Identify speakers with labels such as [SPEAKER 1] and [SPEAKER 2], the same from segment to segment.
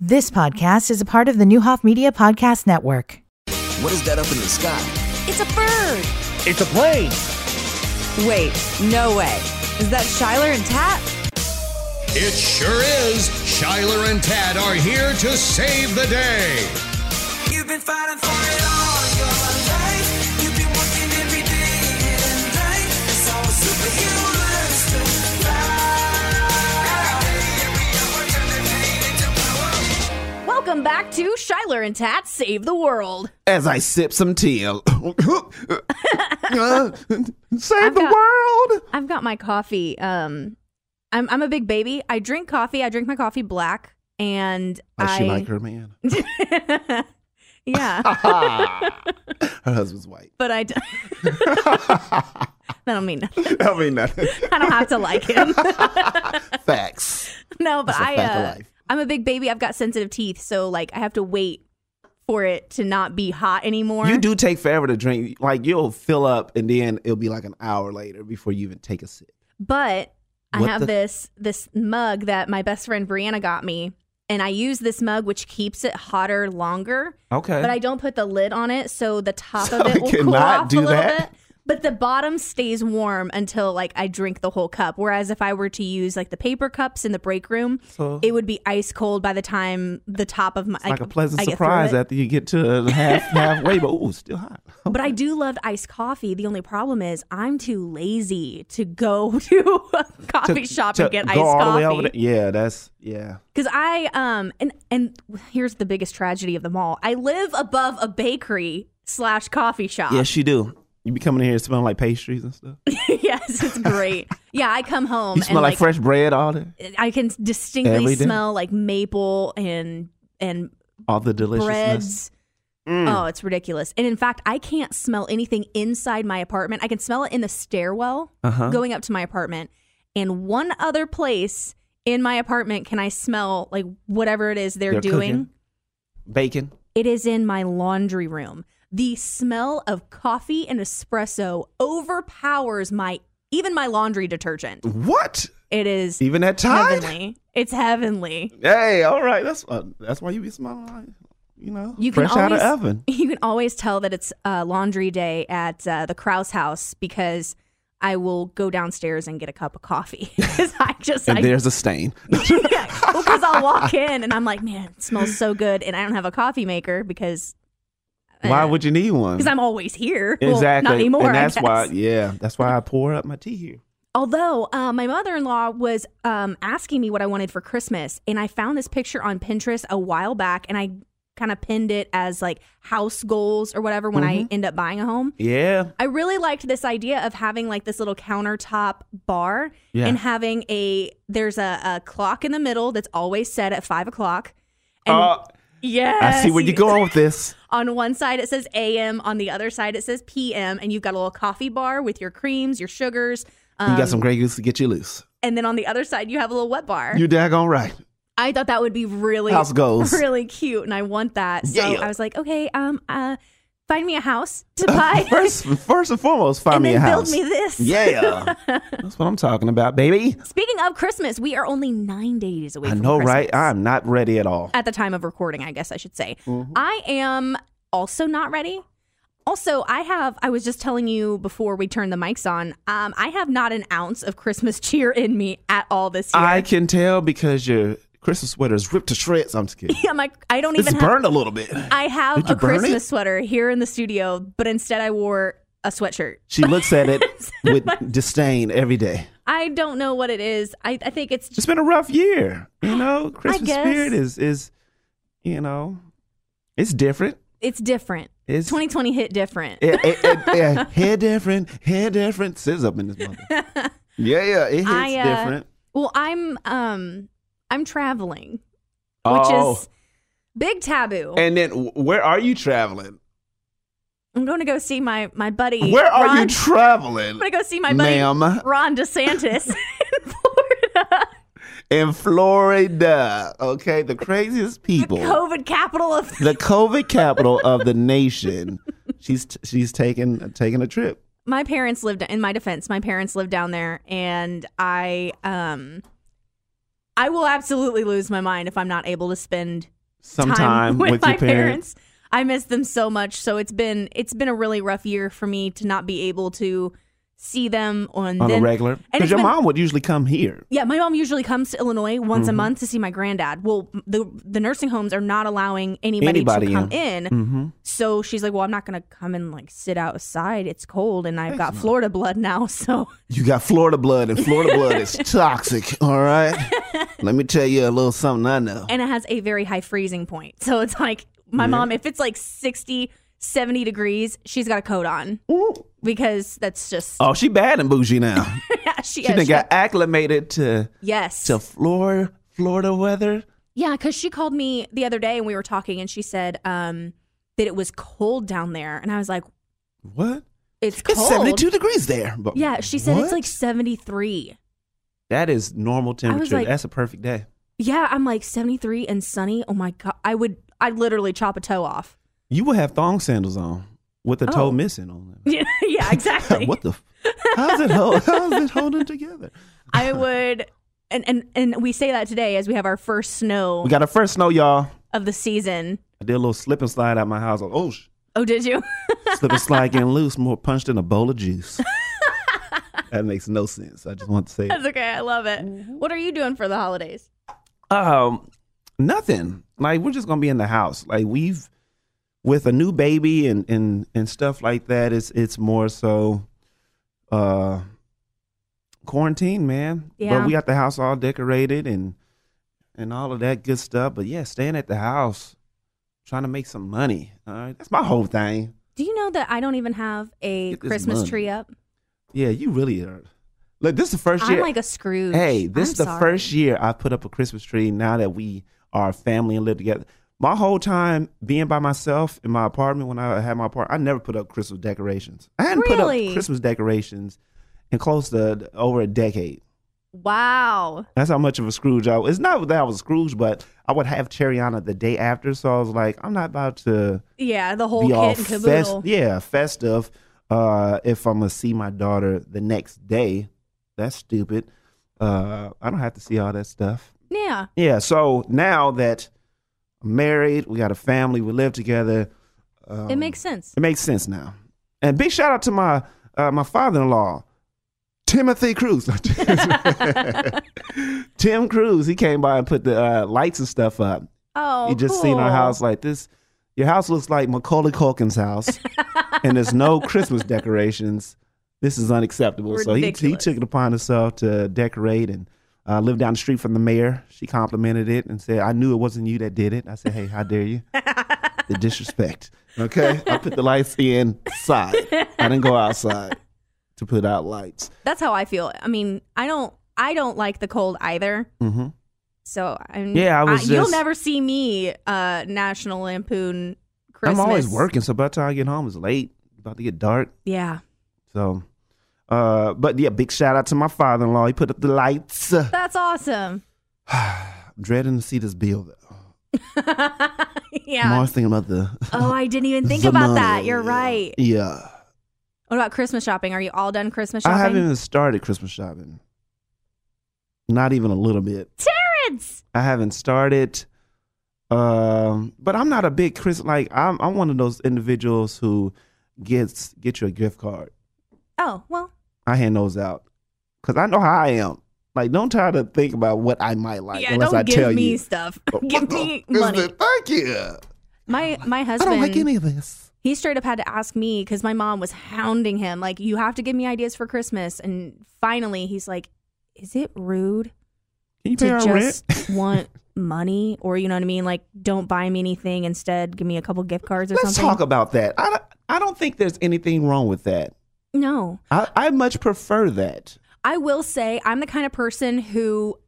[SPEAKER 1] This podcast is a part of the Newhoff Media Podcast Network.
[SPEAKER 2] What is that up in the sky?
[SPEAKER 3] It's a bird.
[SPEAKER 4] It's a plane.
[SPEAKER 3] Wait, no way. Is that Shyler and Tat?
[SPEAKER 5] It sure is. Shyler and Tad are here to save the day.
[SPEAKER 6] You've been fighting for it all your life. You've been working every day and night. It's all superhumans to
[SPEAKER 3] Welcome back to Shyler and Tat Save the World.
[SPEAKER 7] as I sip some tea. Uh, uh, Save the
[SPEAKER 3] got-
[SPEAKER 7] world!
[SPEAKER 3] I've got my coffee. Um, I'm, I'm a big baby. I drink coffee. I drink my coffee black. And
[SPEAKER 7] Like
[SPEAKER 3] I.
[SPEAKER 7] she like her man.
[SPEAKER 3] yeah.
[SPEAKER 7] Her husband's white.
[SPEAKER 3] but I. D- that don't mean nothing.
[SPEAKER 7] I mean nothing.
[SPEAKER 3] I don't have to like him.
[SPEAKER 7] Facts.
[SPEAKER 3] no, but
[SPEAKER 7] That's a
[SPEAKER 3] I.
[SPEAKER 7] fact of
[SPEAKER 3] Uh,
[SPEAKER 7] life.
[SPEAKER 3] I'm a big baby. I've got sensitive teeth. So, like, I have to wait for it to not be hot anymore.
[SPEAKER 7] You do take forever to drink. Like you'll fill up and then it'll be like an hour later before you even take a sip.
[SPEAKER 3] But I
[SPEAKER 7] What
[SPEAKER 3] have
[SPEAKER 7] the-
[SPEAKER 3] this this mug that my best friend Brianna got me, and I use this mug which keeps it hotter longer.
[SPEAKER 7] Okay.
[SPEAKER 3] But I don't put the lid on it, so the top of
[SPEAKER 7] So
[SPEAKER 3] it
[SPEAKER 7] it
[SPEAKER 3] will cool
[SPEAKER 7] cannot
[SPEAKER 3] off a
[SPEAKER 7] do
[SPEAKER 3] little
[SPEAKER 7] that?
[SPEAKER 3] bit. But the bottom stays warm until like I drink the whole cup. Whereas if I were to use like the paper cups in the break room,
[SPEAKER 7] So-
[SPEAKER 3] it would be ice cold by the time the top of my
[SPEAKER 7] like a pleasant
[SPEAKER 3] I get through
[SPEAKER 7] surprise
[SPEAKER 3] it.
[SPEAKER 7] after you get to half halfway, but ooh, still hot.
[SPEAKER 3] But I do love iced coffee. The only problem is I'm too lazy to go to a coffee shop
[SPEAKER 7] To
[SPEAKER 3] and get
[SPEAKER 7] go
[SPEAKER 3] iced
[SPEAKER 7] all the
[SPEAKER 3] coffee.
[SPEAKER 7] way over there- Yeah, that's yeah.
[SPEAKER 3] Because I um and and here's the biggest tragedy of them all. I live above a bakery slash coffee shop.
[SPEAKER 7] Yes, you do. You be coming in here smelling like pastries and stuff. You
[SPEAKER 3] Yes, it's great. yeah, I come home Um, and
[SPEAKER 7] smell
[SPEAKER 3] uh,
[SPEAKER 7] like, fresh bread all day.
[SPEAKER 3] I can distinctly
[SPEAKER 7] Every day.
[SPEAKER 3] smell like maple and and
[SPEAKER 7] All the deliciousness.
[SPEAKER 3] breads. Oh, it's ridiculous. And in fact, I can't smell anything inside my apartment. I can smell it in the stairwell
[SPEAKER 7] Uh-huh.
[SPEAKER 3] going up to my apartment. And one other place in my apartment can I smell like whatever it is they're,
[SPEAKER 7] They're
[SPEAKER 3] doing.
[SPEAKER 7] cooking. Bacon.
[SPEAKER 3] It is in my laundry room. The smell of coffee and espresso overpowers my even my laundry detergent.
[SPEAKER 7] What?
[SPEAKER 3] It is
[SPEAKER 7] Even at time?
[SPEAKER 3] heavenly. It's heavenly.
[SPEAKER 7] Hey, all right. That's uh, that's why you be smiling, like, you know,
[SPEAKER 3] You can
[SPEAKER 7] fresh out of
[SPEAKER 3] always
[SPEAKER 7] oven.
[SPEAKER 3] you can always tell that it's uh, laundry day at uh, the Kraus house because I will go downstairs and get a cup of coffee because I just
[SPEAKER 7] And
[SPEAKER 3] I
[SPEAKER 7] there's a stain.
[SPEAKER 3] because I'll walk in and I'm like, man, it smells so good, and I don't have a coffee maker because
[SPEAKER 7] why would you need one?
[SPEAKER 3] because I'm always here. Well,
[SPEAKER 7] exactly.
[SPEAKER 3] not anymore.
[SPEAKER 7] And
[SPEAKER 3] I
[SPEAKER 7] that's why,
[SPEAKER 3] guess.
[SPEAKER 7] yeah, that's why I pour up my tea here.
[SPEAKER 3] Although uh, my mother in law was um, asking me what I wanted for Christmas, and I found this picture on Pinterest a while back, and I kind of pinned it as like house goals or whatever when
[SPEAKER 7] Mm-hmm.
[SPEAKER 3] I end up buying a home.
[SPEAKER 7] Yeah,
[SPEAKER 3] I really liked this idea of having like this little countertop bar
[SPEAKER 7] Yeah.
[SPEAKER 3] and having a there's a, a clock in the middle that's always set at five o'clock. And
[SPEAKER 7] Uh,
[SPEAKER 3] yes,
[SPEAKER 7] I see where you're going with this.
[SPEAKER 3] On one side it says AM, on the other side it says PM, and you've got a little coffee bar with your creams, your sugars, um,
[SPEAKER 7] you got some Grey Goose to get you loose.
[SPEAKER 3] and then on the other side you have a little wet bar.
[SPEAKER 7] You daggone right.
[SPEAKER 3] I thought that would be really
[SPEAKER 7] House goals.
[SPEAKER 3] really cute, and I want that. So
[SPEAKER 7] Yeah.
[SPEAKER 3] I was like, okay, um, uh, find me a house to buy,
[SPEAKER 7] First, first and foremost, find
[SPEAKER 3] and
[SPEAKER 7] me
[SPEAKER 3] then
[SPEAKER 7] a
[SPEAKER 3] build
[SPEAKER 7] house.
[SPEAKER 3] me this.
[SPEAKER 7] Yeah, that's what I'm talking about, baby.
[SPEAKER 3] Speaking of Christmas, we are only nine days away.
[SPEAKER 7] I
[SPEAKER 3] from
[SPEAKER 7] know,
[SPEAKER 3] Christmas.
[SPEAKER 7] right? I'm Mm-hmm. not ready at all.
[SPEAKER 3] at the time of recording, I guess I should say. I am also not ready. Also, I have. I was just telling you before we turned the mics on. Um, I have not an ounce of Christmas cheer in me at all this year.
[SPEAKER 7] I can tell because your Christmas sweater is ripped to shreds. I'm just kidding.
[SPEAKER 3] I'm like, I don't
[SPEAKER 7] It's
[SPEAKER 3] even. Have,
[SPEAKER 7] burned a little bit.
[SPEAKER 3] I have
[SPEAKER 7] Did you
[SPEAKER 3] a
[SPEAKER 7] burn it?
[SPEAKER 3] Christmas sweater here in the studio, but instead I wore a sweatshirt.
[SPEAKER 7] She looks at it with disdain every day.
[SPEAKER 3] I don't know what it is. I, I think it's just
[SPEAKER 7] It's been a rough year, you know. Christmas
[SPEAKER 3] guess.
[SPEAKER 7] spirit is is, you know, it's different.
[SPEAKER 3] it's different.
[SPEAKER 7] It's
[SPEAKER 3] 2020 hit different.
[SPEAKER 7] it, it, it, it- hair different, hair different. Sis up in this mother. yeah, yeah, it hits
[SPEAKER 3] I, uh,
[SPEAKER 7] different.
[SPEAKER 3] Well, I'm um I'm traveling, which
[SPEAKER 7] Oh.
[SPEAKER 3] is big taboo.
[SPEAKER 7] And then wh- where are you traveling?
[SPEAKER 3] I'm going to go see my my buddy.
[SPEAKER 7] Where are
[SPEAKER 3] Ron.
[SPEAKER 7] you traveling?
[SPEAKER 3] I'm going to go see my buddy
[SPEAKER 7] Ma'am.
[SPEAKER 3] Ron DeSantis in Florida,
[SPEAKER 7] In Florida, okay, the craziest people.
[SPEAKER 3] COVID capital of
[SPEAKER 7] the COVID capital of the nation. She's t- she's taking taking a trip.
[SPEAKER 3] my parents lived in my defense my parents lived down there and i um i will absolutely lose my mind if i'm not able to spend
[SPEAKER 7] sometime
[SPEAKER 3] time with, my
[SPEAKER 7] your
[SPEAKER 3] parents.
[SPEAKER 7] parents.
[SPEAKER 3] I miss them so much. So it's been it's been a really rough year for me to not be able to see them on,
[SPEAKER 7] on
[SPEAKER 3] then,
[SPEAKER 7] a regular.
[SPEAKER 3] and
[SPEAKER 7] Because
[SPEAKER 3] it's
[SPEAKER 7] your
[SPEAKER 3] been-
[SPEAKER 7] mom would usually come here.
[SPEAKER 3] Yeah, my mom usually comes to Illinois once
[SPEAKER 7] Mm-hmm.
[SPEAKER 3] a month to see my granddad. Well, the the nursing homes are not allowing anybody,
[SPEAKER 7] Anybody
[SPEAKER 3] to come in.
[SPEAKER 7] Mm-hmm.
[SPEAKER 3] So she's like, "Well, I'm not going to come and like sit outside. It's cold and I've got Florida blood now." So
[SPEAKER 7] You got Florida blood, and Florida blood is toxic. All right, let me tell you a little something I know.
[SPEAKER 3] and it has a very high freezing point. So it's like my mom, if it's like 60, 70 degrees, she's got a coat on
[SPEAKER 7] Ooh.
[SPEAKER 3] because that's just
[SPEAKER 7] Oh, she bad and bougie now.
[SPEAKER 3] yeah, she,
[SPEAKER 7] She
[SPEAKER 3] yeah,
[SPEAKER 7] done
[SPEAKER 3] she-
[SPEAKER 7] got acclimated to
[SPEAKER 3] yes.
[SPEAKER 7] to Florida Florida weather.
[SPEAKER 3] Yeah, because she called me the other day and we were talking, and she said um, that it was cold down there, and I was like,
[SPEAKER 7] What?
[SPEAKER 3] "It's cold."
[SPEAKER 7] It's seventy two degrees there. But
[SPEAKER 3] Yeah, she said
[SPEAKER 7] what?
[SPEAKER 3] it's like seventy three.
[SPEAKER 7] that is normal temperature.
[SPEAKER 3] like-
[SPEAKER 7] That's a perfect day.
[SPEAKER 3] Yeah, I'm like seventy three and sunny. Oh my god, I would, I literally chop a toe off.
[SPEAKER 7] You would have thong sandals on with the
[SPEAKER 3] Oh.
[SPEAKER 7] toe missing on them.
[SPEAKER 3] yeah, yeah, exactly.
[SPEAKER 7] what the? F- how's it hold? How's it holding together?
[SPEAKER 3] I would, and and and we say that today as we have our first snow
[SPEAKER 7] We got our first snow, y'all.
[SPEAKER 3] of the season.
[SPEAKER 7] I did a little slip and slide out my house. Like, oh, sh-
[SPEAKER 3] Oh, did you?
[SPEAKER 7] slip and slide getting loose, more punched in a bowl of juice. that makes no sense. I just want to say, it.
[SPEAKER 3] That's okay. I love it.
[SPEAKER 7] Mm-hmm.
[SPEAKER 3] What are you doing for the holidays?
[SPEAKER 7] um, nothing. Like we're just gonna be in the house. Like we've with a new baby and and and stuff like that. It's it's more so, uh, quarantine, man.
[SPEAKER 3] Yeah.
[SPEAKER 7] But we got the house all decorated and and all of that good stuff. But yeah, staying at the house, trying to make some money. All right, that's my whole thing.
[SPEAKER 3] Do you know that I don't even have a
[SPEAKER 7] Get this
[SPEAKER 3] Christmas
[SPEAKER 7] money.
[SPEAKER 3] tree up?
[SPEAKER 7] Yeah, you really are. Look, this is the first
[SPEAKER 3] I'm
[SPEAKER 7] year.
[SPEAKER 3] like a Scrooge.
[SPEAKER 7] hey, this
[SPEAKER 3] I'm
[SPEAKER 7] is the
[SPEAKER 3] sorry.
[SPEAKER 7] first year I put up a Christmas tree. Now that we are a family and live together, my whole time being by myself in my apartment when I had my apartment, I never put up Christmas decorations. I hadn't put
[SPEAKER 3] Really?
[SPEAKER 7] up Christmas decorations in close to over a decade.
[SPEAKER 3] Wow.
[SPEAKER 7] That's how much of a Scrooge I was. It's not that I was a Scrooge, but I would have Cheriana the day after, so I was like, I'm not about to
[SPEAKER 3] Yeah, the whole
[SPEAKER 7] be all
[SPEAKER 3] kit and
[SPEAKER 7] fest-
[SPEAKER 3] caboodle.
[SPEAKER 7] yeah, festive. Uh, if I'm gonna see my daughter the next day, that's stupid. Uh, I don't have to see all that stuff.
[SPEAKER 3] yeah.
[SPEAKER 7] Yeah. So now that I'm married, we got a family, we live together. Um,
[SPEAKER 3] it makes sense.
[SPEAKER 7] it makes sense now. And big shout out to my uh, my father-in-law, Timothy Cruz. Tim Cruz. He came by and put the uh, lights and stuff up
[SPEAKER 3] Oh,
[SPEAKER 7] you just
[SPEAKER 3] cool.
[SPEAKER 7] seen our house like this. Your house looks like Macaulay Culkin's house, and there's no Christmas decorations. This is unacceptable. So he, he
[SPEAKER 3] Ridiculous.
[SPEAKER 7] took it upon himself to decorate and uh, live down the street from the mayor. She complimented it and said, "I knew it wasn't you that did it." I said, "Hey, how dare you?" the disrespect. Okay, I put the lights inside. I didn't go outside to put out lights.
[SPEAKER 3] That's how I feel. I mean, I don't, I don't like the cold either.
[SPEAKER 7] hmm
[SPEAKER 3] So I'm.
[SPEAKER 7] Yeah, I was
[SPEAKER 3] you'll
[SPEAKER 7] just-
[SPEAKER 3] never see me, uh, National Lampoon Christmas.
[SPEAKER 7] I'm always working, so by the time I get home, it's late. About to get dark.
[SPEAKER 3] Yeah,
[SPEAKER 7] So, uh, but yeah, big shout out to my father in law. He put up the lights. I'm
[SPEAKER 3] that's awesome.
[SPEAKER 7] dreading to see this bill though.
[SPEAKER 3] yeah.
[SPEAKER 7] I'm always thinking about the.
[SPEAKER 3] Oh, I didn't even think
[SPEAKER 7] the
[SPEAKER 3] about
[SPEAKER 7] money.
[SPEAKER 3] that. You're right.
[SPEAKER 7] Yeah.
[SPEAKER 3] What about Christmas shopping? Are you all done Christmas
[SPEAKER 7] I haven't
[SPEAKER 3] shopping?
[SPEAKER 7] even started Christmas shopping. Not even a little bit.
[SPEAKER 3] Terrence.
[SPEAKER 7] I haven't started. Um, but I'm not a big Chris. Like I'm, I'm one of those individuals who gets get you a gift card.
[SPEAKER 3] Oh well,
[SPEAKER 7] I hand those out because I know how I am. Like, don't try to think about what I might like
[SPEAKER 3] yeah.
[SPEAKER 7] unless
[SPEAKER 3] Don't
[SPEAKER 7] I
[SPEAKER 3] give
[SPEAKER 7] tell
[SPEAKER 3] me
[SPEAKER 7] you.
[SPEAKER 3] stuff.
[SPEAKER 7] But
[SPEAKER 3] give
[SPEAKER 7] what the
[SPEAKER 3] me
[SPEAKER 7] f- is
[SPEAKER 3] money.
[SPEAKER 7] it? Thank you.
[SPEAKER 3] My my
[SPEAKER 7] I
[SPEAKER 3] husband.
[SPEAKER 7] don't like any of this.
[SPEAKER 3] he straight up had to ask me because my mom was hounding him like you have to give me ideas for christmas and finally he's like is it rude
[SPEAKER 7] Can you
[SPEAKER 3] to just want money or you know what i mean like don't buy me anything instead give me a couple gift cards or
[SPEAKER 7] Let's
[SPEAKER 3] something
[SPEAKER 7] talk about that. I, don't- I don't think there's anything wrong with that.
[SPEAKER 3] no
[SPEAKER 7] I, I much prefer that.
[SPEAKER 3] i will say i'm the kind of person who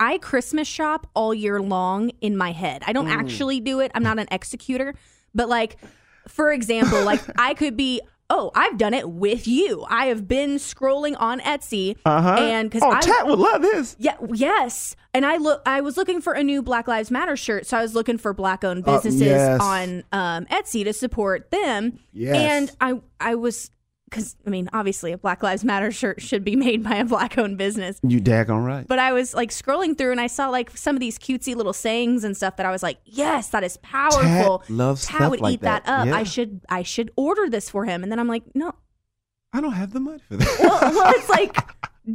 [SPEAKER 3] i christmas shop all year long in my head i don't actually do it i'm not an executor but like for example like i could be Oh, I've done it with you. I have been scrolling on Etsy,
[SPEAKER 7] Uh huh.
[SPEAKER 3] and because
[SPEAKER 7] oh,
[SPEAKER 3] I
[SPEAKER 7] Tat would love this.
[SPEAKER 3] Yeah, yes. And I look I was looking for a new Black Lives Matter shirt, so I was looking for black owned
[SPEAKER 7] Uh,
[SPEAKER 3] businesses
[SPEAKER 7] yes.
[SPEAKER 3] on um, Etsy to support them.
[SPEAKER 7] Yes.
[SPEAKER 3] And I I was because I mean, obviously, a Black Lives Matter shirt should be made by a black owned business.
[SPEAKER 7] You daggone right.
[SPEAKER 3] But I was like scrolling through and I saw like some of these cutesy little sayings and stuff that I was like, yes, that is powerful.
[SPEAKER 7] loves
[SPEAKER 3] Tad
[SPEAKER 7] stuff
[SPEAKER 3] would
[SPEAKER 7] like
[SPEAKER 3] eat that,
[SPEAKER 7] that.
[SPEAKER 3] up.
[SPEAKER 7] Yeah.
[SPEAKER 3] I should I should order this for him. And then I'm like, no.
[SPEAKER 7] I don't have the money for that.
[SPEAKER 3] Well, well it's like,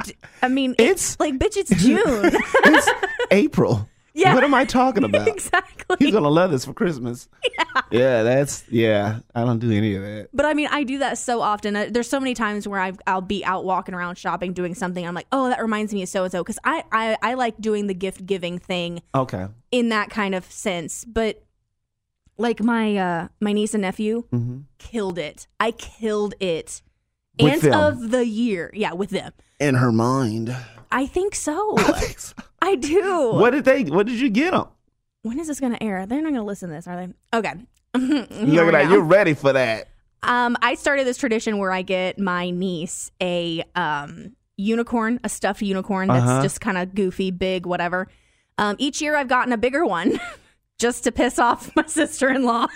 [SPEAKER 3] d- I mean, it's,
[SPEAKER 7] It's-
[SPEAKER 3] like, bitch, it's June.
[SPEAKER 7] it's April.
[SPEAKER 3] Yeah.
[SPEAKER 7] What am I talking about? He's
[SPEAKER 3] exactly.
[SPEAKER 7] gonna love this for Christmas. Yeah. that's yeah. I don't do any of that.
[SPEAKER 3] But I mean, I do that so often. Uh, There's so many times where I've, I'll be out walking around shopping, doing something. I'm like, oh, that reminds me of so and so. Because I, I, I like doing the gift giving thing
[SPEAKER 7] Okay.
[SPEAKER 3] in that kind of sense. But like my uh, my niece and nephew
[SPEAKER 7] Mhm.
[SPEAKER 3] killed it. I killed it.
[SPEAKER 7] With
[SPEAKER 3] Ants
[SPEAKER 7] them.
[SPEAKER 3] of the year. Yeah, with them.
[SPEAKER 7] In her mind.
[SPEAKER 3] I think so. I do.
[SPEAKER 7] What did they? What did you get them?
[SPEAKER 3] When is this going to air? They're not going to listen to this, are they? Okay. Here
[SPEAKER 7] Look
[SPEAKER 3] we
[SPEAKER 7] at that.
[SPEAKER 3] go.
[SPEAKER 7] You're ready for that.
[SPEAKER 3] Um, I started this tradition where I get my niece a um unicorn, a stuffed unicorn that's
[SPEAKER 7] Uh-huh.
[SPEAKER 3] just kind of goofy, big, whatever. Um, each year I've gotten a bigger one just to piss off my sister-in-law.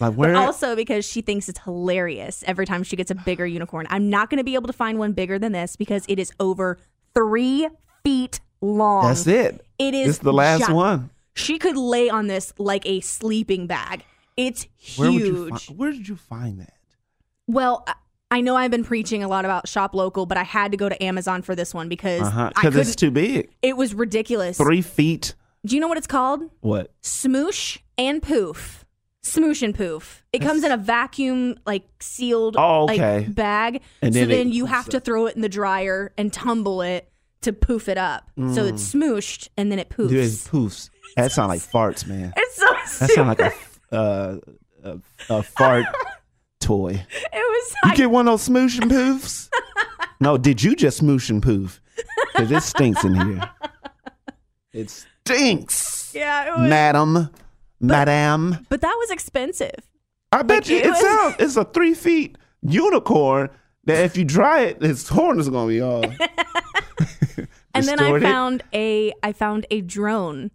[SPEAKER 7] Like where?
[SPEAKER 3] Also because she thinks it's hilarious every time she gets a bigger unicorn. I'm not going to be able to find one bigger than this because it is over three feet long.
[SPEAKER 7] that's it.
[SPEAKER 3] Um, It is
[SPEAKER 7] It's the last
[SPEAKER 3] gi-
[SPEAKER 7] one.
[SPEAKER 3] She could lay on this like a sleeping bag. It's huge.
[SPEAKER 7] Where would you find? Where did you find that?
[SPEAKER 3] Well, I- I know I've been preaching a lot about shop local, but I had to go to Amazon for this one because
[SPEAKER 7] Uh-huh.
[SPEAKER 3] I
[SPEAKER 7] it's
[SPEAKER 3] couldn't.
[SPEAKER 7] too big.
[SPEAKER 3] it was ridiculous.
[SPEAKER 7] Three feet.
[SPEAKER 3] Do you know what it's called?
[SPEAKER 7] What?
[SPEAKER 3] Smoosh and poof. Smoosh and poof. It comes in a vacuum, like sealed,
[SPEAKER 7] Oh,
[SPEAKER 3] like,
[SPEAKER 7] okay.
[SPEAKER 3] bag.
[SPEAKER 7] And
[SPEAKER 3] so
[SPEAKER 7] then it-
[SPEAKER 3] then you have to throw it in the dryer and tumble it to poof it up. So
[SPEAKER 7] Mm.
[SPEAKER 3] it's smooshed and then it poofs.
[SPEAKER 7] Dude, it's poofs. That sound like farts, man.
[SPEAKER 3] It's so
[SPEAKER 7] That
[SPEAKER 3] stupid.
[SPEAKER 7] sound like a uh, a, a fart toy.
[SPEAKER 3] it was
[SPEAKER 7] You
[SPEAKER 3] like,
[SPEAKER 7] get one of those smoosh and poofs? no, did you just smoosh and poof? Because it stinks in here. It stinks,
[SPEAKER 3] yeah, it was.
[SPEAKER 7] madam, madam.
[SPEAKER 3] But that was expensive.
[SPEAKER 7] I bet you
[SPEAKER 3] it
[SPEAKER 7] it's
[SPEAKER 3] was-
[SPEAKER 7] out. It's a three feet unicorn that if you dry it, his horn is gonna be all.
[SPEAKER 3] And then I
[SPEAKER 7] distorted
[SPEAKER 3] found a I found a drone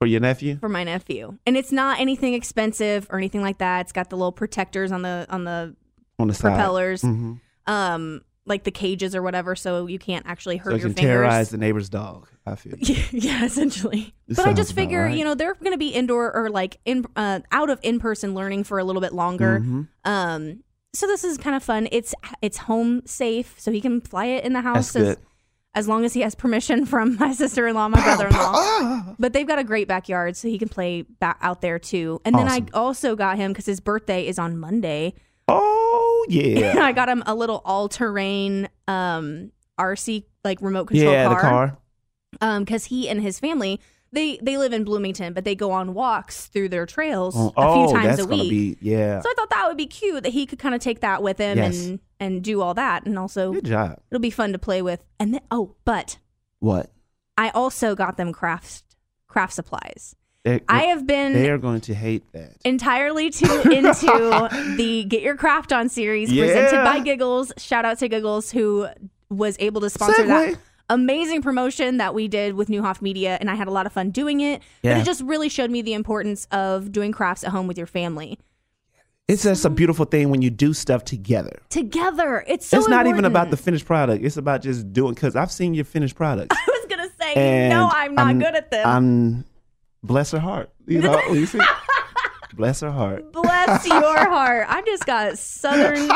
[SPEAKER 7] for your nephew.
[SPEAKER 3] for my nephew. And it's not anything expensive or anything like that. It's got the little protectors on the on the
[SPEAKER 7] on the side.
[SPEAKER 3] propellers,
[SPEAKER 7] hmm
[SPEAKER 3] um, like the cages or whatever, so you can't actually hurt
[SPEAKER 7] So you
[SPEAKER 3] your
[SPEAKER 7] can
[SPEAKER 3] fingers.
[SPEAKER 7] terrorize the neighbor's dog. I feel.
[SPEAKER 3] yeah, essentially.
[SPEAKER 7] This
[SPEAKER 3] but I
[SPEAKER 7] sounds
[SPEAKER 3] just
[SPEAKER 7] about
[SPEAKER 3] figure,
[SPEAKER 7] right.
[SPEAKER 3] you know, they're going to be indoor or like in uh, out of in person learning for a little bit longer.
[SPEAKER 7] Mhm.
[SPEAKER 3] Um, so this is kind of fun. It's it's home safe, so he can fly it in the house
[SPEAKER 7] That's
[SPEAKER 3] as,
[SPEAKER 7] good.
[SPEAKER 3] as long as he has permission from my sister in law, my brother in law.
[SPEAKER 7] Ah!
[SPEAKER 3] But they've got a great backyard, so he can play ba- out there too. And then
[SPEAKER 7] Awesome.
[SPEAKER 3] I also got him because his birthday is on Monday.
[SPEAKER 7] Oh yeah.
[SPEAKER 3] I got him a little all-terrain um, RC like remote control
[SPEAKER 7] yeah,
[SPEAKER 3] car.
[SPEAKER 7] the car.
[SPEAKER 3] Um, because he and his family they they live in Bloomington, but they go on walks through their trails
[SPEAKER 7] Oh,
[SPEAKER 3] a few times
[SPEAKER 7] that's
[SPEAKER 3] a
[SPEAKER 7] gonna
[SPEAKER 3] week.
[SPEAKER 7] be yeah.
[SPEAKER 3] so I thought that would be cute that he could kind of take that with him
[SPEAKER 7] Yes.
[SPEAKER 3] and and do all that, and also
[SPEAKER 7] Good job.
[SPEAKER 3] it'll be fun to play with. And then oh, but
[SPEAKER 7] What?
[SPEAKER 3] I also got them crafts craft supplies.
[SPEAKER 7] They're,
[SPEAKER 3] I have been
[SPEAKER 7] they are going to hate that.
[SPEAKER 3] entirely too into the Get Your Craft On series presented
[SPEAKER 7] Yeah.
[SPEAKER 3] by Giggles. Shout out to Giggles who was able to sponsor that
[SPEAKER 7] Segway.
[SPEAKER 3] amazing promotion that we did with Newhoff Media, and I had a lot of fun doing it. But
[SPEAKER 7] Yeah.
[SPEAKER 3] it just really showed me the importance of doing crafts at home with your family
[SPEAKER 7] It's just a beautiful thing when you do stuff together.
[SPEAKER 3] together. It's so.
[SPEAKER 7] it's not even
[SPEAKER 3] important.
[SPEAKER 7] about the finished product. It's about just doing because I've seen your finished product.
[SPEAKER 3] I was gonna say
[SPEAKER 7] and
[SPEAKER 3] no. I'm not good at this.
[SPEAKER 7] I'm bless her heart. You know, you see, bless her heart.
[SPEAKER 3] Bless your heart. I just got southern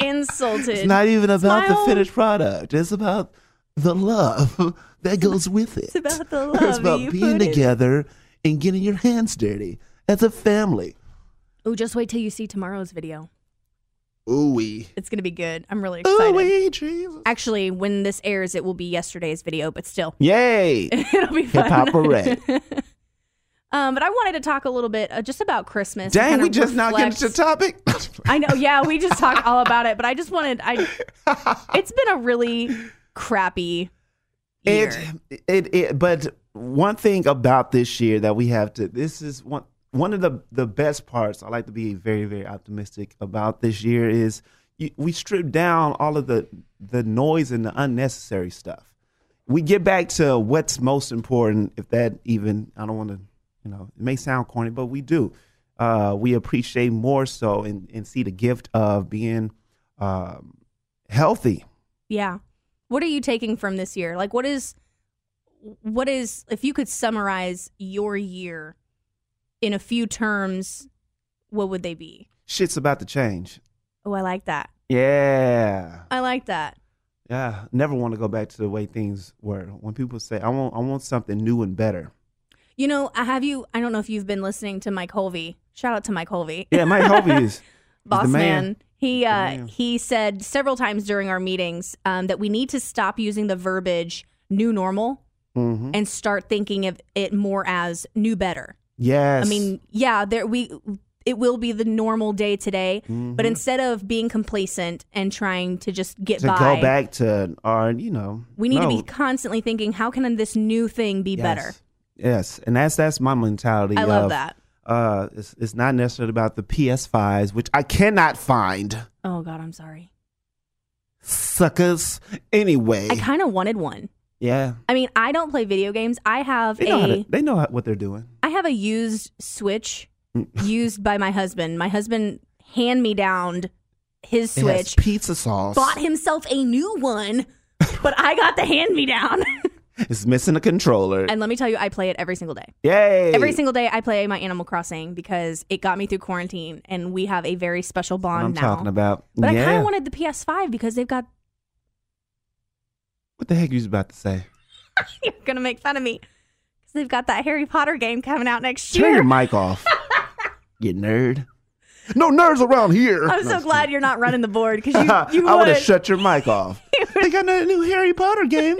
[SPEAKER 3] insulted.
[SPEAKER 7] It's not even about
[SPEAKER 3] Smile.
[SPEAKER 7] the finished product. It's about the love that goes with it. It's
[SPEAKER 3] about the
[SPEAKER 7] It's
[SPEAKER 3] love
[SPEAKER 7] about
[SPEAKER 3] you
[SPEAKER 7] being
[SPEAKER 3] put in-
[SPEAKER 7] together and getting your hands dirty as a family.
[SPEAKER 3] oh, just wait till you see tomorrow's video.
[SPEAKER 7] Ooh wee.
[SPEAKER 3] It's gonna be good. I'm really
[SPEAKER 7] Ooh
[SPEAKER 3] excited.
[SPEAKER 7] wee, Jesus.
[SPEAKER 3] Actually, when this airs, it will be yesterday's video, but still,
[SPEAKER 7] Yay.
[SPEAKER 3] it'll be fun.
[SPEAKER 7] Hip hop parade.
[SPEAKER 3] Um, but I wanted to talk a little bit uh, just about Christmas. and
[SPEAKER 7] Dang,
[SPEAKER 3] kinda
[SPEAKER 7] we just now get
[SPEAKER 3] reflect-
[SPEAKER 7] to the topic.
[SPEAKER 3] I know. Yeah, we just talked all about it, but I just wanted. I. It's been a really crappy year.
[SPEAKER 7] It, it, it, but one thing about this year that we have to, this is one, one of the, the best parts. I like to be very, very optimistic about this year is you, we strip down all of the, the noise and the unnecessary stuff. We get back to what's most important, if that even, I don't want to, you know, it may sound corny, but we do. Uh, we appreciate more so and, and see the gift of being um, healthy.
[SPEAKER 3] Yeah. What are you taking from this year? Like, what is, what is, if you could summarize your year in a few terms, what would they be?
[SPEAKER 7] Shit's about to change.
[SPEAKER 3] Oh, I like that.
[SPEAKER 7] Yeah.
[SPEAKER 3] I like that.
[SPEAKER 7] Yeah. Never want to go back to the way things were. When people say, I want I want something new and better.
[SPEAKER 3] You know, I have you, I don't know if you've been listening to Mike Holvey. Shout out to Mike Holvey.
[SPEAKER 7] Yeah, Mike Hovey is
[SPEAKER 3] boss
[SPEAKER 7] the
[SPEAKER 3] man.
[SPEAKER 7] man.
[SPEAKER 3] He uh,
[SPEAKER 7] man.
[SPEAKER 3] he said several times during our meetings um, that we need to stop using the verbiage "new normal"
[SPEAKER 7] Mhm.
[SPEAKER 3] and start thinking of it more as "new better."
[SPEAKER 7] Yes.
[SPEAKER 3] I mean, yeah, there we it will be the normal day today,
[SPEAKER 7] Mm-hmm.
[SPEAKER 3] but instead of being complacent and trying to just get
[SPEAKER 7] to
[SPEAKER 3] by,
[SPEAKER 7] go back to our, you know,
[SPEAKER 3] we need to
[SPEAKER 7] no.
[SPEAKER 3] be constantly thinking, "How can this new thing be
[SPEAKER 7] Yes.
[SPEAKER 3] better?"
[SPEAKER 7] Yes, and that's that's my mentality.
[SPEAKER 3] I love
[SPEAKER 7] of,
[SPEAKER 3] that.
[SPEAKER 7] Uh, it's, it's not necessarily about the PS5s, which I cannot find,
[SPEAKER 3] Oh God, I'm sorry.
[SPEAKER 7] suckers. Anyway,
[SPEAKER 3] I kind of wanted one.
[SPEAKER 7] yeah,
[SPEAKER 3] I mean, I don't play video games. I have
[SPEAKER 7] they
[SPEAKER 3] a
[SPEAKER 7] know how to, they know how, what they're doing.
[SPEAKER 3] I have a used Switch used by my husband. My husband hand me downed his
[SPEAKER 7] It has
[SPEAKER 3] Switch,
[SPEAKER 7] pizza sauce.
[SPEAKER 3] bought himself a new one, but I got the hand me down.
[SPEAKER 7] It's missing a controller.
[SPEAKER 3] and let me tell you, I play it every single day.
[SPEAKER 7] Yay!
[SPEAKER 3] Every single day, I play my Animal Crossing because it got me through quarantine, and we have a very special
[SPEAKER 7] What
[SPEAKER 3] bond
[SPEAKER 7] I'm
[SPEAKER 3] now.
[SPEAKER 7] talking about.
[SPEAKER 3] But I
[SPEAKER 7] yeah.
[SPEAKER 3] kind of wanted the PS5 because they've got.
[SPEAKER 7] what the heck you was about to say?
[SPEAKER 3] You're gonna make fun of me because they've got that Harry Potter game coming out next
[SPEAKER 7] Turn your
[SPEAKER 3] year.
[SPEAKER 7] mic off. you nerd. No nerds around here.
[SPEAKER 3] I'm
[SPEAKER 7] No,
[SPEAKER 3] so
[SPEAKER 7] just
[SPEAKER 3] glad you're not running the board because you, you
[SPEAKER 7] I would
[SPEAKER 3] would.
[SPEAKER 7] have shut your mic off. they got a new Harry Potter game,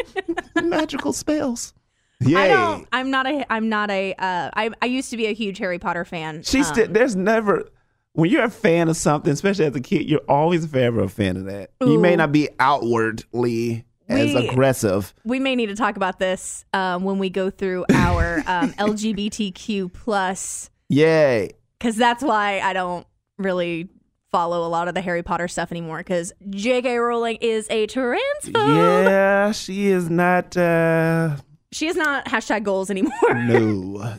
[SPEAKER 7] magical spells. Yay!
[SPEAKER 3] I don't. I'm not a. I'm not a. Uh, I I used to be a huge Harry Potter fan.
[SPEAKER 7] She's
[SPEAKER 3] Um,
[SPEAKER 7] sti- there's never when you're a fan of something, especially as a kid, you're always forever a fan of that. You
[SPEAKER 3] Ooh.
[SPEAKER 7] may not be outwardly as
[SPEAKER 3] We-
[SPEAKER 7] aggressive.
[SPEAKER 3] we may need to talk about this um, when we go through our um, LGBTQ plus
[SPEAKER 7] Yay!
[SPEAKER 3] because that's why I don't really follow a lot of the Harry Potter stuff anymore because J.K. Rowling is a transphobe.
[SPEAKER 7] Yeah, she is not. uh
[SPEAKER 3] She is not hashtag goals anymore.
[SPEAKER 7] No,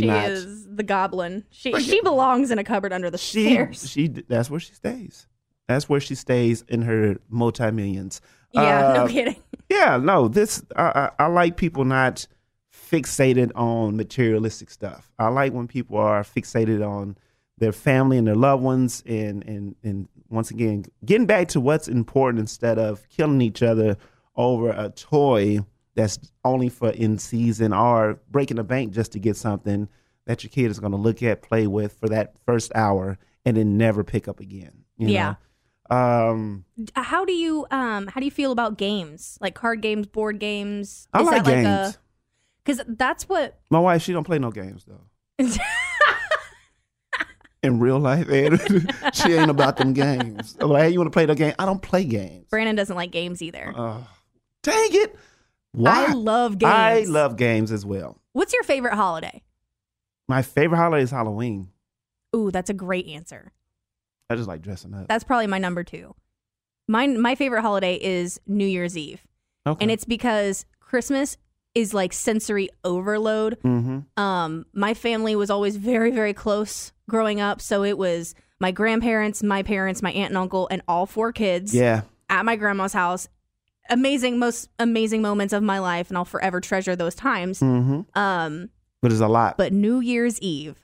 [SPEAKER 3] she
[SPEAKER 7] not.
[SPEAKER 3] is the goblin. She she belongs in a cupboard under the
[SPEAKER 7] She
[SPEAKER 3] stairs.
[SPEAKER 7] she. That's where she stays. That's where she stays in her multi millions.
[SPEAKER 3] yeah,
[SPEAKER 7] uh,
[SPEAKER 3] no kidding.
[SPEAKER 7] Yeah, no, this I, I, I like people not fixated on materialistic stuff. I like when people are fixated on their family and their loved ones, and and and once again, getting back to what's important instead of killing each other over a toy that's only for in season or breaking a bank just to get something that your kid is going to look at, play with for that first hour, and then never pick up again. you
[SPEAKER 3] Yeah.
[SPEAKER 7] know? Um.
[SPEAKER 3] Uh, how do you um how do you feel about games like card games board games
[SPEAKER 7] I like games.
[SPEAKER 3] because that's what
[SPEAKER 7] My wife, she don't play no games though. In real life, and she ain't about them games. I'm like, hey, you want to play the game? I don't play games.
[SPEAKER 3] brandon doesn't like games either
[SPEAKER 7] Ugh. dang it! Why?
[SPEAKER 3] i love games
[SPEAKER 7] I love games as well.
[SPEAKER 3] what's your favorite holiday
[SPEAKER 7] My favorite holiday is Halloween.
[SPEAKER 3] ooh that's a great answer
[SPEAKER 7] I just like dressing up.
[SPEAKER 3] that's probably my number two mine my favorite holiday is new year's eve
[SPEAKER 7] okay.
[SPEAKER 3] and it's because christmas is like sensory overload
[SPEAKER 7] hmm
[SPEAKER 3] um my family was always very very close growing up so it was my grandparents my parents my aunt and uncle and all four kids
[SPEAKER 7] Yeah.
[SPEAKER 3] at my grandma's house. Amazing, most amazing moments of my life, and I'll forever treasure those times.
[SPEAKER 7] hmm
[SPEAKER 3] Um,
[SPEAKER 7] But it's a lot.
[SPEAKER 3] but New Year's Eve,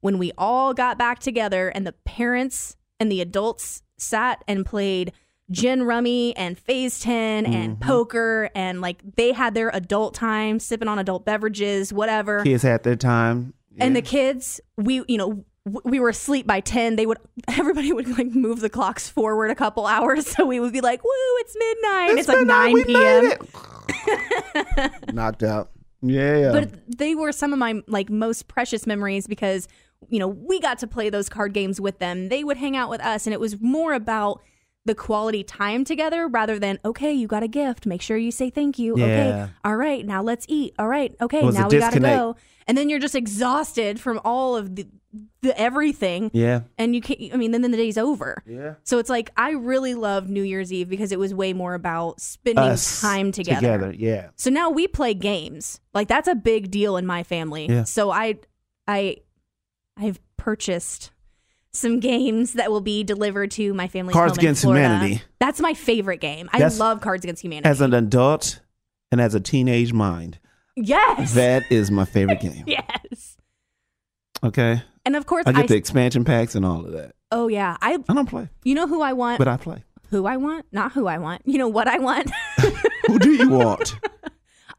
[SPEAKER 3] when we all got back together and the parents and the adults sat and played gin rummy and phase 10 and poker, and like they had their adult time sipping on adult beverages, whatever.
[SPEAKER 7] Kids had their time.
[SPEAKER 3] And the kids, we, you know, w- we were asleep by 10. They would, everybody would like move the clocks forward a couple hours. So we would be like, woo, it's midnight. It's, like
[SPEAKER 7] midnight,
[SPEAKER 3] 9
[SPEAKER 7] we
[SPEAKER 3] p.m.
[SPEAKER 7] made it. Knocked out. Yeah.
[SPEAKER 3] But they were some of my like most precious memories because, you know, we got to play those card games with them. They would hang out with us. And it was more about the quality time together rather than, okay, you got a gift. Make sure you say thank you.
[SPEAKER 7] Yeah.
[SPEAKER 3] Okay. All right. Now let's eat. All right. Okay.
[SPEAKER 7] It was a
[SPEAKER 3] Now we got to
[SPEAKER 7] disconnect.
[SPEAKER 3] go. And then you're just exhausted from all of the, the everything
[SPEAKER 7] yeah.
[SPEAKER 3] and you can't i mean then, then the day's over
[SPEAKER 7] Yeah.
[SPEAKER 3] so it's like i really loved new year's eve because it was way more about spending
[SPEAKER 7] Us
[SPEAKER 3] time together.
[SPEAKER 7] Together. Yeah.
[SPEAKER 3] so now we play games like that's a big deal in my family
[SPEAKER 7] Yeah.
[SPEAKER 3] so i i i've purchased some games that will be delivered to my family's
[SPEAKER 7] Cards
[SPEAKER 3] home in
[SPEAKER 7] Against
[SPEAKER 3] Florida.
[SPEAKER 7] Humanity.
[SPEAKER 3] That's my favorite game. I
[SPEAKER 7] That's-
[SPEAKER 3] love Cards Against Humanity.
[SPEAKER 7] As an adult and as a teenage mind,
[SPEAKER 3] yes.
[SPEAKER 7] that is my favorite game.
[SPEAKER 3] yes.
[SPEAKER 7] Okay.
[SPEAKER 3] And of course,
[SPEAKER 7] I
[SPEAKER 3] I,
[SPEAKER 7] get the expansion packs and all of that.
[SPEAKER 3] oh yeah, I
[SPEAKER 7] I don't play,
[SPEAKER 3] you know who I want,
[SPEAKER 7] but I play.
[SPEAKER 3] who I want, not who I want. You know what I want?
[SPEAKER 7] Who do you want?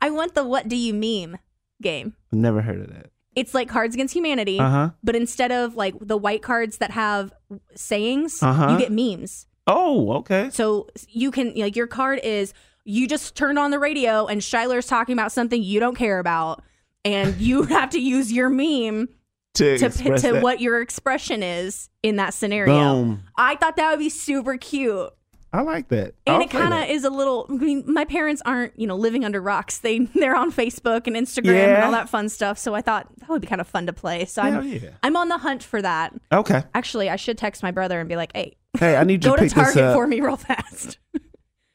[SPEAKER 3] I want the what do you meme game.
[SPEAKER 7] I've never heard of that.
[SPEAKER 3] It's like Cards Against Humanity,
[SPEAKER 7] Uh huh.
[SPEAKER 3] but instead of like the white cards that have sayings,
[SPEAKER 7] Uh-huh.
[SPEAKER 3] you get memes.
[SPEAKER 7] Oh, okay.
[SPEAKER 3] So you can like your card is you just turned on the radio and Shiler's talking about something you don't care about, and you have to use your meme
[SPEAKER 7] To,
[SPEAKER 3] to
[SPEAKER 7] express
[SPEAKER 3] to
[SPEAKER 7] that.
[SPEAKER 3] what your expression is in that scenario.
[SPEAKER 7] Boom.
[SPEAKER 3] I thought that would be super cute.
[SPEAKER 7] I like that.
[SPEAKER 3] And
[SPEAKER 7] I'll
[SPEAKER 3] it
[SPEAKER 7] play
[SPEAKER 3] kind
[SPEAKER 7] that.
[SPEAKER 3] of is a little. I mean, my parents aren't, you know, living under rocks. They they're on Facebook and Instagram and
[SPEAKER 7] Yeah.
[SPEAKER 3] all that fun stuff. So I thought that would be kind of fun to play. So
[SPEAKER 7] Hell
[SPEAKER 3] I'm
[SPEAKER 7] yeah.
[SPEAKER 3] I'm on the hunt for that.
[SPEAKER 7] Okay.
[SPEAKER 3] Actually, I should text my brother and be like, "Hey,
[SPEAKER 7] Hey, I need you
[SPEAKER 3] go to
[SPEAKER 7] to pick this
[SPEAKER 3] Target for
[SPEAKER 7] up
[SPEAKER 3] me real fast."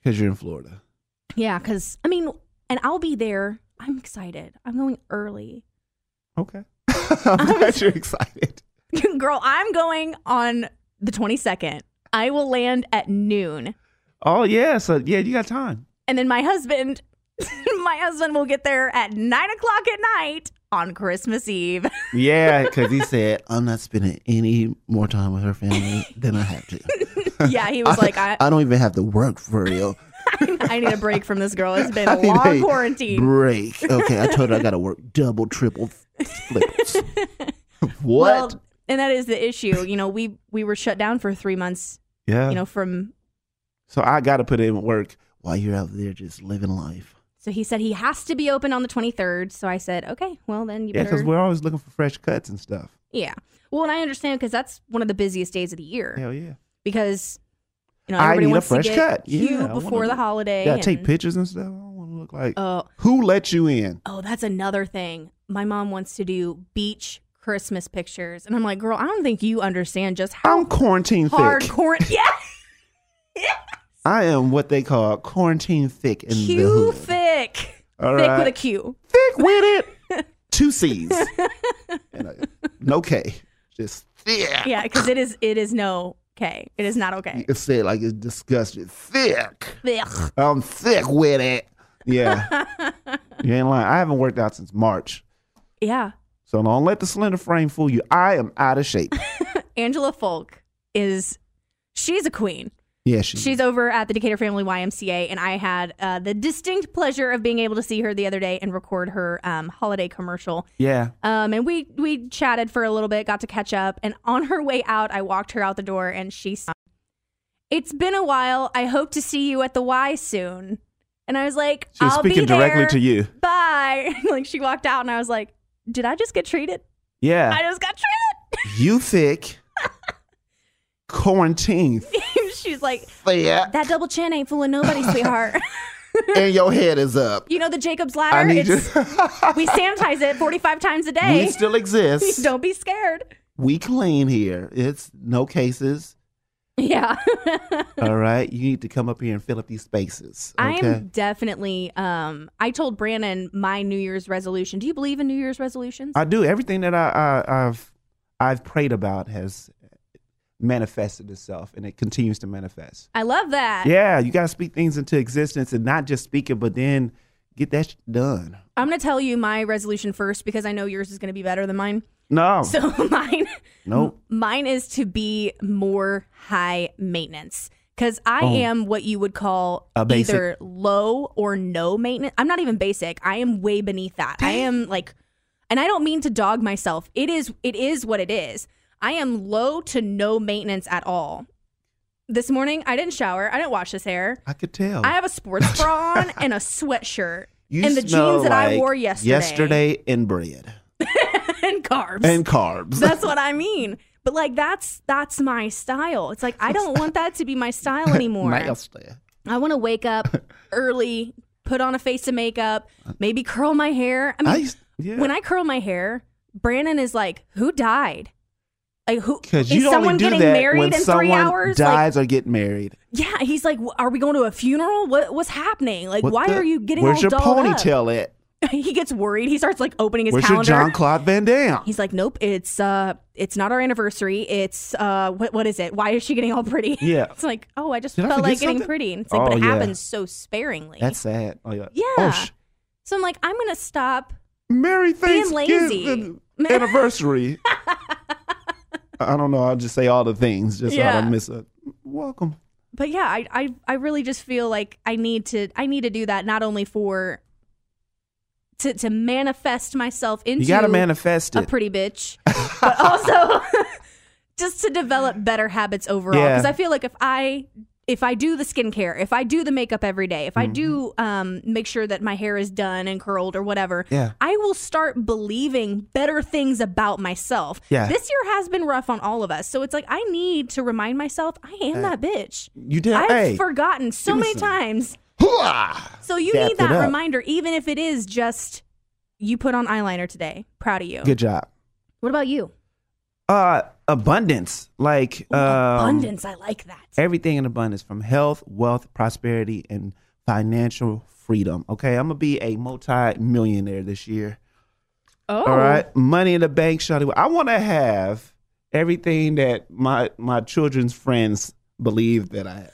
[SPEAKER 7] because you're in Florida.
[SPEAKER 3] yeah, because I mean, and I'll be there. I'm excited. I'm going early,
[SPEAKER 7] Okay. I'm glad you're excited.
[SPEAKER 3] girl. I'm going on the 22nd. I will land at noon,
[SPEAKER 7] Oh yeah. So yeah, you got time.
[SPEAKER 3] and then my husband, my husband will get there at nine o'clock at night on Christmas Eve.
[SPEAKER 7] Yeah, because he said I'm not spending any more time with her family than I have to.
[SPEAKER 3] yeah, he was like, I,
[SPEAKER 7] I don't even have to work for real.
[SPEAKER 3] I need a break from this girl. It's been
[SPEAKER 7] I
[SPEAKER 3] a
[SPEAKER 7] need
[SPEAKER 3] long
[SPEAKER 7] a
[SPEAKER 3] quarantine.
[SPEAKER 7] Break. Okay, I told her I got to work double, triple flippers. what?
[SPEAKER 3] Well, and that is the issue. You know, we we were shut down for three months.
[SPEAKER 7] yeah.
[SPEAKER 3] You know, from
[SPEAKER 7] so I got to put in work while you're out there just living life.
[SPEAKER 3] so he said he has to be open on the twenty third. So I said, okay, well then you
[SPEAKER 7] Yeah, because
[SPEAKER 3] better.
[SPEAKER 7] we're always looking for fresh cuts and stuff.
[SPEAKER 3] yeah. Well, and I understand because that's one of the busiest days of the year
[SPEAKER 7] Hell yeah.
[SPEAKER 3] because you know
[SPEAKER 7] I
[SPEAKER 3] everybody
[SPEAKER 7] need a
[SPEAKER 3] wants
[SPEAKER 7] fresh
[SPEAKER 3] to get
[SPEAKER 7] cut.
[SPEAKER 3] cute
[SPEAKER 7] Yeah, I
[SPEAKER 3] before
[SPEAKER 7] wanna-
[SPEAKER 3] the holiday.
[SPEAKER 7] Yeah, take
[SPEAKER 3] and-
[SPEAKER 7] pictures and stuff. I don't want to look like
[SPEAKER 3] Oh,
[SPEAKER 7] who let you in.
[SPEAKER 3] oh, that's another thing. My mom wants to do beach Christmas pictures, and I'm like, girl, I don't think you understand just how
[SPEAKER 7] I'm quarantine
[SPEAKER 3] hard
[SPEAKER 7] thick.
[SPEAKER 3] quarant- Yeah.
[SPEAKER 7] I am what they call quarantine thick in the
[SPEAKER 3] Q
[SPEAKER 7] hood.
[SPEAKER 3] thick.
[SPEAKER 7] All
[SPEAKER 3] thick
[SPEAKER 7] right.
[SPEAKER 3] with a Q.
[SPEAKER 7] Thick with it. Two C's. and a, no K. Just thick.
[SPEAKER 3] Yeah, because it is it is no K. It is not okay.
[SPEAKER 7] It's said like it's disgusting. Thick.
[SPEAKER 3] Thick.
[SPEAKER 7] I'm thick with it. Yeah. you ain't lying. I haven't worked out since March.
[SPEAKER 3] Yeah.
[SPEAKER 7] So don't let the slender frame fool you. I am out of shape.
[SPEAKER 3] Angela Folk is she's a queen.
[SPEAKER 7] Yeah, she,
[SPEAKER 3] She's over at the Decatur Family YMCA, and I had uh, the distinct pleasure of being able to see her the other day and record her um, holiday commercial.
[SPEAKER 7] Yeah.
[SPEAKER 3] Um, and we we chatted for a little bit, got to catch up, and on her way out, I walked her out the door, and she. s- It's been a while. I hope to see you at the Y soon. And I was like,
[SPEAKER 7] She was
[SPEAKER 3] I'll
[SPEAKER 7] speaking
[SPEAKER 3] be there.
[SPEAKER 7] directly to you.
[SPEAKER 3] Bye. like she walked out, and I was like, Did I just get treated?
[SPEAKER 7] Yeah.
[SPEAKER 3] I just got treated.
[SPEAKER 7] you thick. quarantine
[SPEAKER 3] She's like,
[SPEAKER 7] thick.
[SPEAKER 3] That double chin ain't fooling nobody, sweetheart.
[SPEAKER 7] and your head is up.
[SPEAKER 3] you know the Jacob's
[SPEAKER 7] I
[SPEAKER 3] ladder.
[SPEAKER 7] need you.
[SPEAKER 3] It's- we sanitize it 45 times a
[SPEAKER 7] we
[SPEAKER 3] day.
[SPEAKER 7] still exist.
[SPEAKER 3] Don't be scared.
[SPEAKER 7] We clean here. It's no cases.
[SPEAKER 3] Yeah.
[SPEAKER 7] All right. You need to come up here and fill up these spaces.
[SPEAKER 3] I
[SPEAKER 7] Okay.
[SPEAKER 3] am definitely um I told Brandon my New Year's resolution. Do you believe in New Year's resolutions?
[SPEAKER 7] I do everything that I, I I've I've prayed about has manifested itself, and it continues to manifest.
[SPEAKER 3] I love that.
[SPEAKER 7] Yeah, you got to speak things into existence, and not just speak it, but then get that sh- done.
[SPEAKER 3] I'm going to tell you my resolution first because I know yours is going to be better than mine.
[SPEAKER 7] No,
[SPEAKER 3] So mine
[SPEAKER 7] nope.
[SPEAKER 3] mine is to be more high maintenance because I
[SPEAKER 7] Oh.
[SPEAKER 3] am what you would call
[SPEAKER 7] A basic.
[SPEAKER 3] either low or no maintenance. I'm not even basic. I am way beneath that. I am like, and I don't mean to dog myself. It is it is what it is. I am low to no maintenance at all. This morning I didn't shower. I didn't wash this hair.
[SPEAKER 7] I could tell.
[SPEAKER 3] I have a sports bra on and a sweatshirt
[SPEAKER 7] you
[SPEAKER 3] and the
[SPEAKER 7] smell
[SPEAKER 3] jeans that I
[SPEAKER 7] like
[SPEAKER 3] wore yesterday.
[SPEAKER 7] Yesterday and bread
[SPEAKER 3] and carbs.
[SPEAKER 7] and carbs.
[SPEAKER 3] That's what I mean. But like that's that's my style. It's like I don't want that to be my style anymore.
[SPEAKER 7] Nasty.
[SPEAKER 3] I want to wake up early, put on a face of makeup, maybe curl my hair. I mean,
[SPEAKER 7] I used- yeah.
[SPEAKER 3] when I curl my hair, Brandon is like, "Who died? Like who
[SPEAKER 7] Because
[SPEAKER 3] is
[SPEAKER 7] you only
[SPEAKER 3] someone
[SPEAKER 7] do
[SPEAKER 3] getting
[SPEAKER 7] that
[SPEAKER 3] married
[SPEAKER 7] when
[SPEAKER 3] in
[SPEAKER 7] someone
[SPEAKER 3] three hours?" Like,
[SPEAKER 7] dies or get married.
[SPEAKER 3] yeah, he's like, "Are we going to a funeral? What what's happening? Like,
[SPEAKER 7] What
[SPEAKER 3] why
[SPEAKER 7] the-
[SPEAKER 3] are you getting
[SPEAKER 7] Where's
[SPEAKER 3] all
[SPEAKER 7] your
[SPEAKER 3] dolled up?"
[SPEAKER 7] ponytail at?
[SPEAKER 3] he gets worried. He starts like opening his
[SPEAKER 7] Where's your
[SPEAKER 3] calendar.
[SPEAKER 7] John Claude Van Damme?
[SPEAKER 3] He's like, nope, it's uh, it's not our anniversary. It's uh, what what is it? Why is she getting all pretty?
[SPEAKER 7] Yeah.
[SPEAKER 3] it's like, oh, I just
[SPEAKER 7] Did I
[SPEAKER 3] felt like
[SPEAKER 7] forget
[SPEAKER 3] getting
[SPEAKER 7] something?
[SPEAKER 3] pretty, and it's like, but
[SPEAKER 7] Oh,
[SPEAKER 3] it
[SPEAKER 7] yeah.
[SPEAKER 3] happens so sparingly.
[SPEAKER 7] That's sad. Oh yeah.
[SPEAKER 3] Yeah.
[SPEAKER 7] Oh, sh-
[SPEAKER 3] so I'm like, I'm gonna stop.
[SPEAKER 7] Merry
[SPEAKER 3] Being lazy.
[SPEAKER 7] Thanksgiving anniversary. I I don't know. I'll just say all the things just so I
[SPEAKER 3] Yeah.
[SPEAKER 7] don't miss a welcome.
[SPEAKER 3] But yeah, I, I I really just feel like I need to I need to do that not only for to to manifest myself into
[SPEAKER 7] You got to manifest
[SPEAKER 3] a
[SPEAKER 7] it.
[SPEAKER 3] pretty bitch, but also just to develop better habits overall.
[SPEAKER 7] Yeah.
[SPEAKER 3] Because I feel like if I if I do the skincare, if I do the makeup every day, if I do
[SPEAKER 7] Mm-hmm.
[SPEAKER 3] um, make sure that my hair is done and curled or whatever,
[SPEAKER 7] Yeah.
[SPEAKER 3] I will start believing better things about myself.
[SPEAKER 7] Yeah.
[SPEAKER 3] This year has been rough on all of us, so it's like I need to remind myself I am that bitch.
[SPEAKER 7] you did.
[SPEAKER 3] I've
[SPEAKER 7] hey.
[SPEAKER 3] forgotten so
[SPEAKER 7] give me
[SPEAKER 3] many
[SPEAKER 7] some.
[SPEAKER 3] times.
[SPEAKER 7] Hoo-ah!
[SPEAKER 3] So you
[SPEAKER 7] Dapped
[SPEAKER 3] need
[SPEAKER 7] it
[SPEAKER 3] that
[SPEAKER 7] up.
[SPEAKER 3] reminder, even if it is just you put on eyeliner today. Proud of you.
[SPEAKER 7] Good job.
[SPEAKER 3] What about you?
[SPEAKER 7] Uh, abundance. Like um,
[SPEAKER 3] abundance. I like that.
[SPEAKER 7] everything in abundance from health, wealth, prosperity, and financial freedom. Okay, I'm gonna be a multi-millionaire this year.
[SPEAKER 3] Oh,
[SPEAKER 7] All right, money in the bank, Shawty. I want to have everything that my my children's friends believe that I have.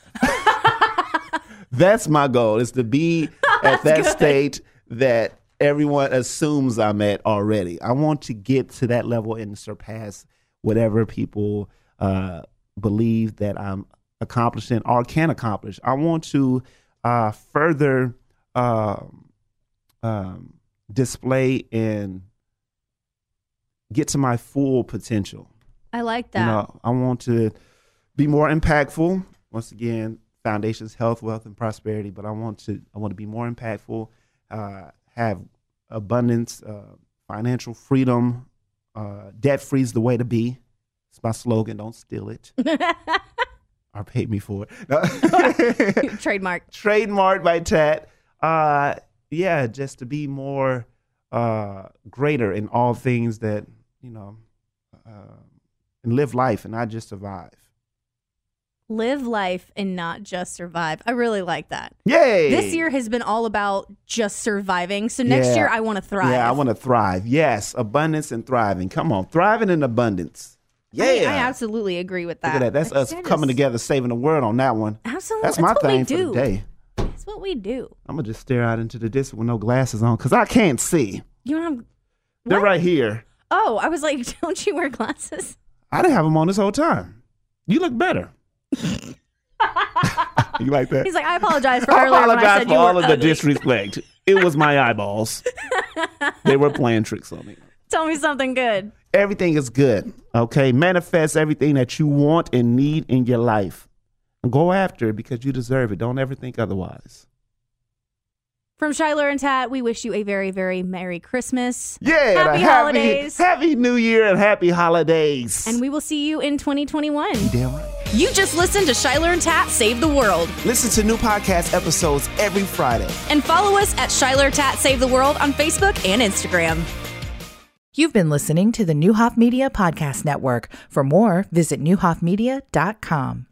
[SPEAKER 7] That's my goal is to be at that state that everyone assumes I'm at already. I want to get to that level and surpass whatever people uh, believe that I'm accomplishing or can accomplish. I want to uh, further um, um, display and get to my full potential.
[SPEAKER 3] I like
[SPEAKER 7] You
[SPEAKER 3] that.
[SPEAKER 7] know, I want to be more impactful. Once again, foundations, health, wealth, and prosperity. But I want to, I want to be more impactful. Uh, have abundance, uh, financial freedom. Uh, debt free is the way to be. It's my slogan. Don't steal it or pay me for it. No.
[SPEAKER 3] Trademark.
[SPEAKER 7] trademarked by Tat. Uh, yeah, just to be more uh, greater in all things that you know, uh, and live life and not just survive.
[SPEAKER 3] Live life and not just survive. I really like that.
[SPEAKER 7] Yay!
[SPEAKER 3] This year has been all about just surviving. So next
[SPEAKER 7] Yeah.
[SPEAKER 3] year, I want to thrive.
[SPEAKER 7] Yeah, I want to thrive. Yes, abundance and thriving. Come on, thriving in abundance. Yeah,
[SPEAKER 3] I, I absolutely agree with that.
[SPEAKER 7] look at that. That's
[SPEAKER 3] Like,
[SPEAKER 7] us
[SPEAKER 3] that
[SPEAKER 7] coming
[SPEAKER 3] is-
[SPEAKER 7] together, saving the world on that one.
[SPEAKER 3] Absolutely.
[SPEAKER 7] That's my
[SPEAKER 3] Oh, what we
[SPEAKER 7] thing for
[SPEAKER 3] do.
[SPEAKER 7] the day.
[SPEAKER 3] That's what we do.
[SPEAKER 7] I'm gonna just stare out into the distance with no glasses on because I can't see.
[SPEAKER 3] You don't have.
[SPEAKER 7] They're
[SPEAKER 3] What?
[SPEAKER 7] right here.
[SPEAKER 3] Oh, I was like, don't you wear glasses?
[SPEAKER 7] I didn't have them on this whole time. You look better. you like that?
[SPEAKER 3] He's like, I apologize for
[SPEAKER 7] I
[SPEAKER 3] earlier when I
[SPEAKER 7] apologize
[SPEAKER 3] said
[SPEAKER 7] for
[SPEAKER 3] you
[SPEAKER 7] all
[SPEAKER 3] were
[SPEAKER 7] of the
[SPEAKER 3] ugly.
[SPEAKER 7] disrespect. It was my eyeballs. they were playing tricks on me.
[SPEAKER 3] Tell me something good.
[SPEAKER 7] Everything is good. Okay. Manifest everything that you want and need in your life. And go after it because you deserve it. Don't ever think otherwise.
[SPEAKER 3] From Shiler and Tat, we wish you a very, very Merry Christmas.
[SPEAKER 7] Yeah. and a
[SPEAKER 3] Happy holidays.
[SPEAKER 7] Happy New Year and happy holidays.
[SPEAKER 3] And we will see you in 2021.
[SPEAKER 7] Damn right.
[SPEAKER 3] You just listened to Shiler and Tat Save the World.
[SPEAKER 2] Listen to new podcast episodes every Friday.
[SPEAKER 3] And follow us at Shiler Tat Save the World on Facebook and Instagram.
[SPEAKER 1] You've been listening to the Newhoff Media Podcast Network. For more, visit newhoffmedia.com.